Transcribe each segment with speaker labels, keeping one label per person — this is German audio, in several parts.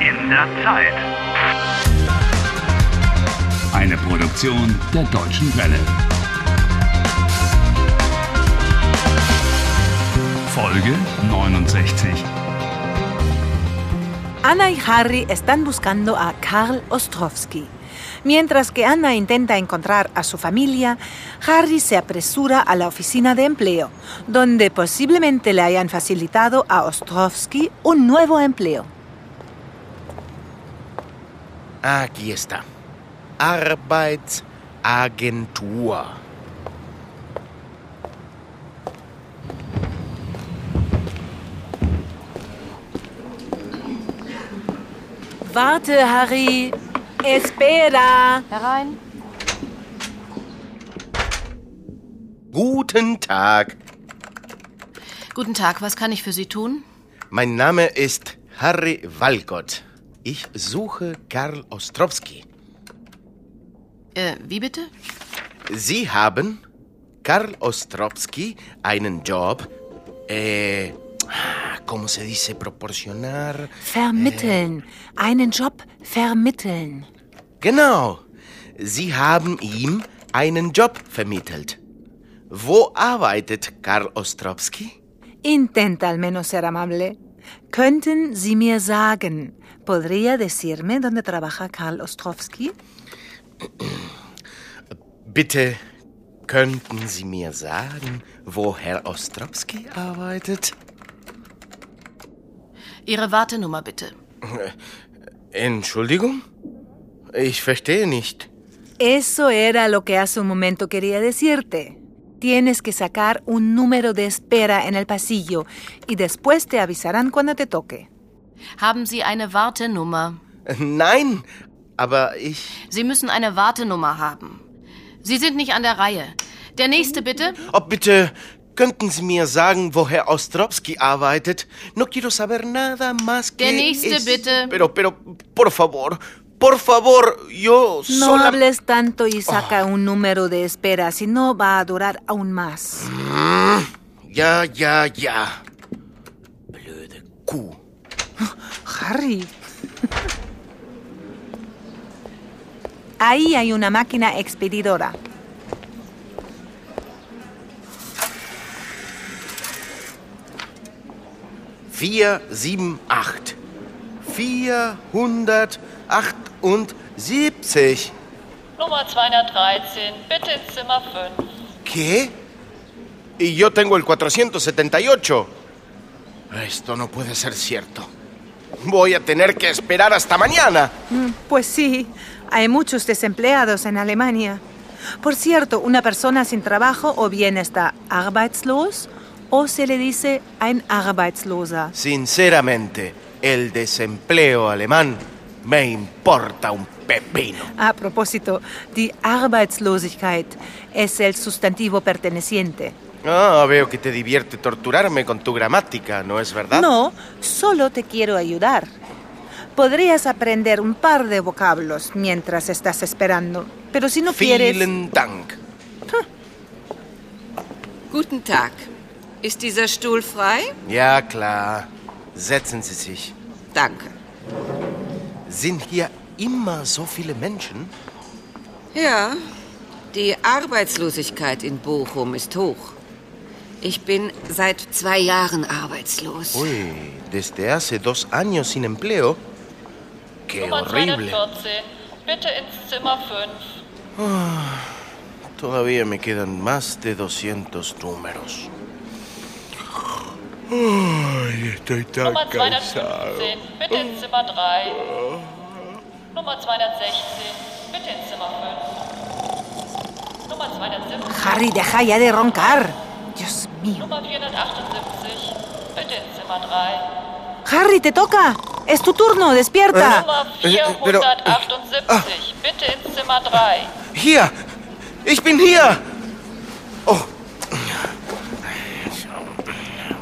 Speaker 1: in der Zeit.
Speaker 2: Eine Produktion der Deutschen Welle. Folge 69.
Speaker 3: Anna y Harry están buscando a Karl Ostrowski. Mientras que Anna intenta encontrar a su familia, Harry se apresura a la oficina de empleo, donde posiblemente le hayan facilitado a Ostrowski un nuevo empleo.
Speaker 4: Aquí está. Arbeitsagentur.
Speaker 3: Warte, Harry. Eh. Espera.
Speaker 5: Herein.
Speaker 4: Guten Tag.
Speaker 5: Guten Tag, was kann ich für Sie tun?
Speaker 4: Mein Name ist Harry Walcott. Ich suche Karl Ostrowski.
Speaker 5: Äh, wie bitte?
Speaker 4: Sie haben Karl Ostrowski einen Job. Äh, ¿cómo se dice proporcionar?
Speaker 3: Vermitteln. Einen Job vermitteln.
Speaker 4: Genau. Sie haben ihm einen Job vermittelt. Wo arbeitet Karl Ostrowski?
Speaker 3: Intenta al menos ser amable. Könnten Sie mir sagen, ¿podría decirme dónde trabaja Karl Ostrowski?
Speaker 4: Bitte könnten Sie mir sagen, wo Herr Ostrowski arbeitet?
Speaker 5: Ihre Wartenummer bitte.
Speaker 4: Entschuldigung? Ich verstehe nicht.
Speaker 3: Eso era lo que hace un momento quería decirte. Tienes que sacar un número de espera en el pasillo y después te avisarán cuando te toque.
Speaker 5: Haben Sie eine Wartenummer?
Speaker 4: Nein, aber ich.
Speaker 5: Sie müssen eine Wartenummer haben. Sie sind nicht an der Reihe. Der nächste bitte.
Speaker 4: Oh, bitte, könnten Sie mir sagen, wo Herr Ostrowski arbeitet? No quiero saber nada más que.
Speaker 5: Der nächste,
Speaker 4: es-
Speaker 5: bitte.
Speaker 4: Pero, pero, por favor, por favor, yo
Speaker 3: No
Speaker 4: sola-
Speaker 3: hables tanto y saca un número de espera, si no va a durar aún más.
Speaker 4: Ja, ja, ja. Blöde Kuh.
Speaker 3: Harry. Ahí hay una máquina expedidora.
Speaker 4: Vier, sieben, acht. 478.
Speaker 6: Nummer 213, bitte ins Zimmer 5.
Speaker 4: ¿Qué? Y yo tengo el 478. Esto no puede ser cierto. Voy a tener que esperar hasta mañana.
Speaker 3: Pues sí, hay muchos desempleados en Alemania. Por cierto, una persona sin trabajo o bien está arbeitslos o se le dice ein Arbeitsloser.
Speaker 4: Sinceramente, el desempleo alemán me importa un pepino.
Speaker 3: A propósito, die Arbeitslosigkeit es el sustantivo perteneciente.
Speaker 4: Ah, veo que te divierte torturarme con tu gramática, ¿no es verdad?
Speaker 3: No, solo te quiero ayudar. Podrías aprender un par de vocablos mientras estás esperando, pero si no quieres...
Speaker 4: Vielen Dank.
Speaker 7: Guten Tag. Ist dieser Stuhl frei?
Speaker 4: Ja, klar. Setzen Sie sich.
Speaker 7: Danke.
Speaker 4: Sind hier immer so viele Menschen?
Speaker 7: Ja, die Arbeitslosigkeit in Bochum ist hoch. Ich bin seit zwei Jahren arbeitslos.
Speaker 4: Uy, desde hace dos años sin empleo. Qué
Speaker 6: Nummer
Speaker 4: horrible.
Speaker 6: 214, bitte ins Zimmer 5.
Speaker 4: Todavía me quedan más de 200 números.
Speaker 6: Nummer 215, bitte ins Zimmer 3. Nummer 216, bitte ins Zimmer 5. Nummer 217,
Speaker 3: Harry, deja ya de roncar. Dios mío.
Speaker 6: Nummer 478, bitte ins Zimmer 3.
Speaker 3: Harry, te toca. Es tu turno, despierta.
Speaker 6: Nummer
Speaker 4: Äh, äh, pero-
Speaker 6: 478, bitte ins Zimmer 3.
Speaker 4: Hier! Ich bin hier! Oh.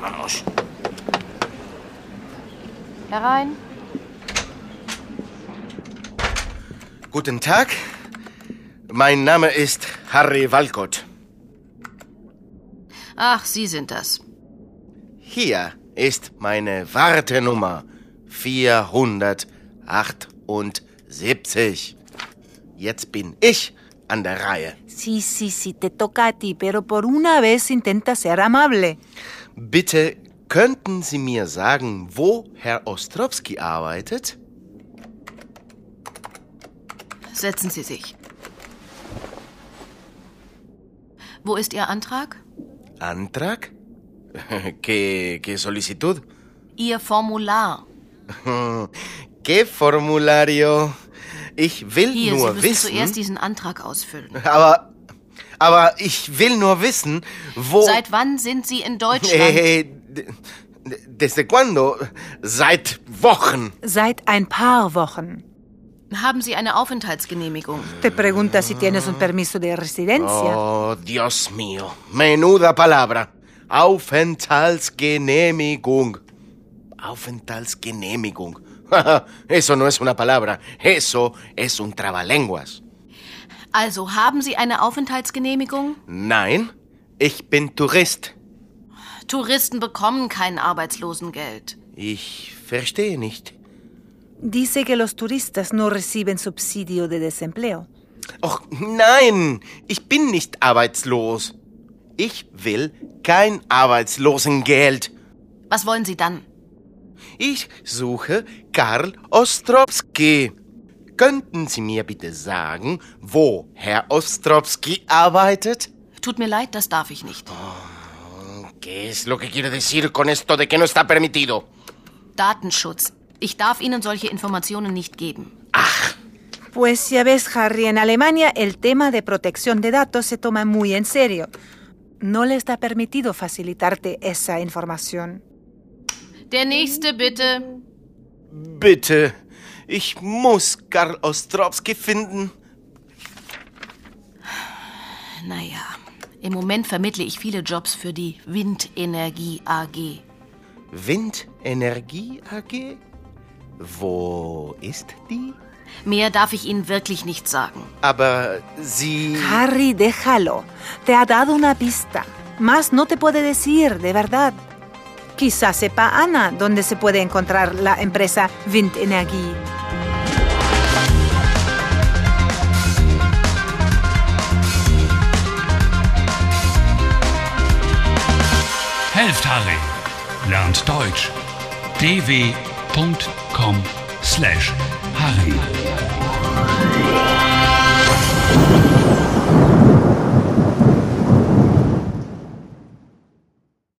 Speaker 4: Vamos.
Speaker 5: Herein.
Speaker 4: Guten Tag. Mein Name ist Harry Walcott.
Speaker 5: Ach, Sie sind das.
Speaker 4: Hier ist meine Wartenummer. 478. Jetzt bin ich an der Reihe.
Speaker 3: Sí, sí, sí, te toca a ti, pero por una vez intenta ser amable.
Speaker 4: Bitte könnten Sie mir sagen, wo Herr Ostrowski arbeitet?
Speaker 5: Setzen Sie sich. Wo ist Ihr Antrag?
Speaker 4: Antrag? ¿Qué, qué solicitud? Hm,
Speaker 5: Ihr Formular.
Speaker 4: ¿Qué formulario? Ich will
Speaker 5: Hier, Sie
Speaker 4: nur
Speaker 5: müssen
Speaker 4: wissen.
Speaker 5: zuerst diesen Antrag ausfüllen.
Speaker 4: Aber, aber ich will nur wissen, wo.
Speaker 5: Seit wann sind Sie in Deutschland?
Speaker 4: Eh, de- de- ¿Desde cuándo? Seit Wochen.
Speaker 3: Seit ein paar Wochen.
Speaker 5: Haben Sie eine Aufenthaltsgenehmigung?
Speaker 3: Te pregunta si tienes un permiso de residencia.
Speaker 4: Oh, Dios mío. Menuda palabra. Aufenthaltsgenehmigung. Aufenthaltsgenehmigung. eso no es una palabra. Eso es un trabalenguas.
Speaker 5: Also, haben Sie eine Aufenthaltsgenehmigung?
Speaker 4: Nein, ich bin Tourist.
Speaker 5: Touristen bekommen kein Arbeitslosengeld.
Speaker 4: Ich verstehe nicht.
Speaker 3: Dice que los turistas no reciben subsidio de desempleo.
Speaker 4: Och, nein, ich bin nicht arbeitslos. Ich will kein Arbeitslosengeld.
Speaker 5: Was wollen Sie dann?
Speaker 4: Ich suche Karl Ostrowski. Könnten Sie mir bitte sagen, wo Herr Ostrowski arbeitet?
Speaker 5: Tut mir leid, das darf ich nicht.
Speaker 4: ¿Qué es lo que quiere decir con esto de que no está permitido?
Speaker 5: Datenschutz. Ich darf Ihnen solche Informationen nicht geben.
Speaker 3: Pues ya ves, Harry, en Alemania el tema de protección de datos se toma muy en serio. No le está permitido facilitarte esa información.
Speaker 5: Der nächste bitte.
Speaker 4: Bitte, ich muss Karl Ostrowski finden.
Speaker 5: Naja, im Moment vermittle ich viele Jobs für die Windenergie AG.
Speaker 4: Windenergie AG? Wo ist die?
Speaker 5: Mehr darf ich Ihnen wirklich nicht sagen.
Speaker 4: Aber sie...
Speaker 3: Harry, déjalo. Te ha dado una pista. Más no te puede decir, de verdad. Quizás sepa Ana dónde se puede encontrar la empresa Windenergie.
Speaker 2: Helft Harry. Lernt Deutsch. dw.com/harry.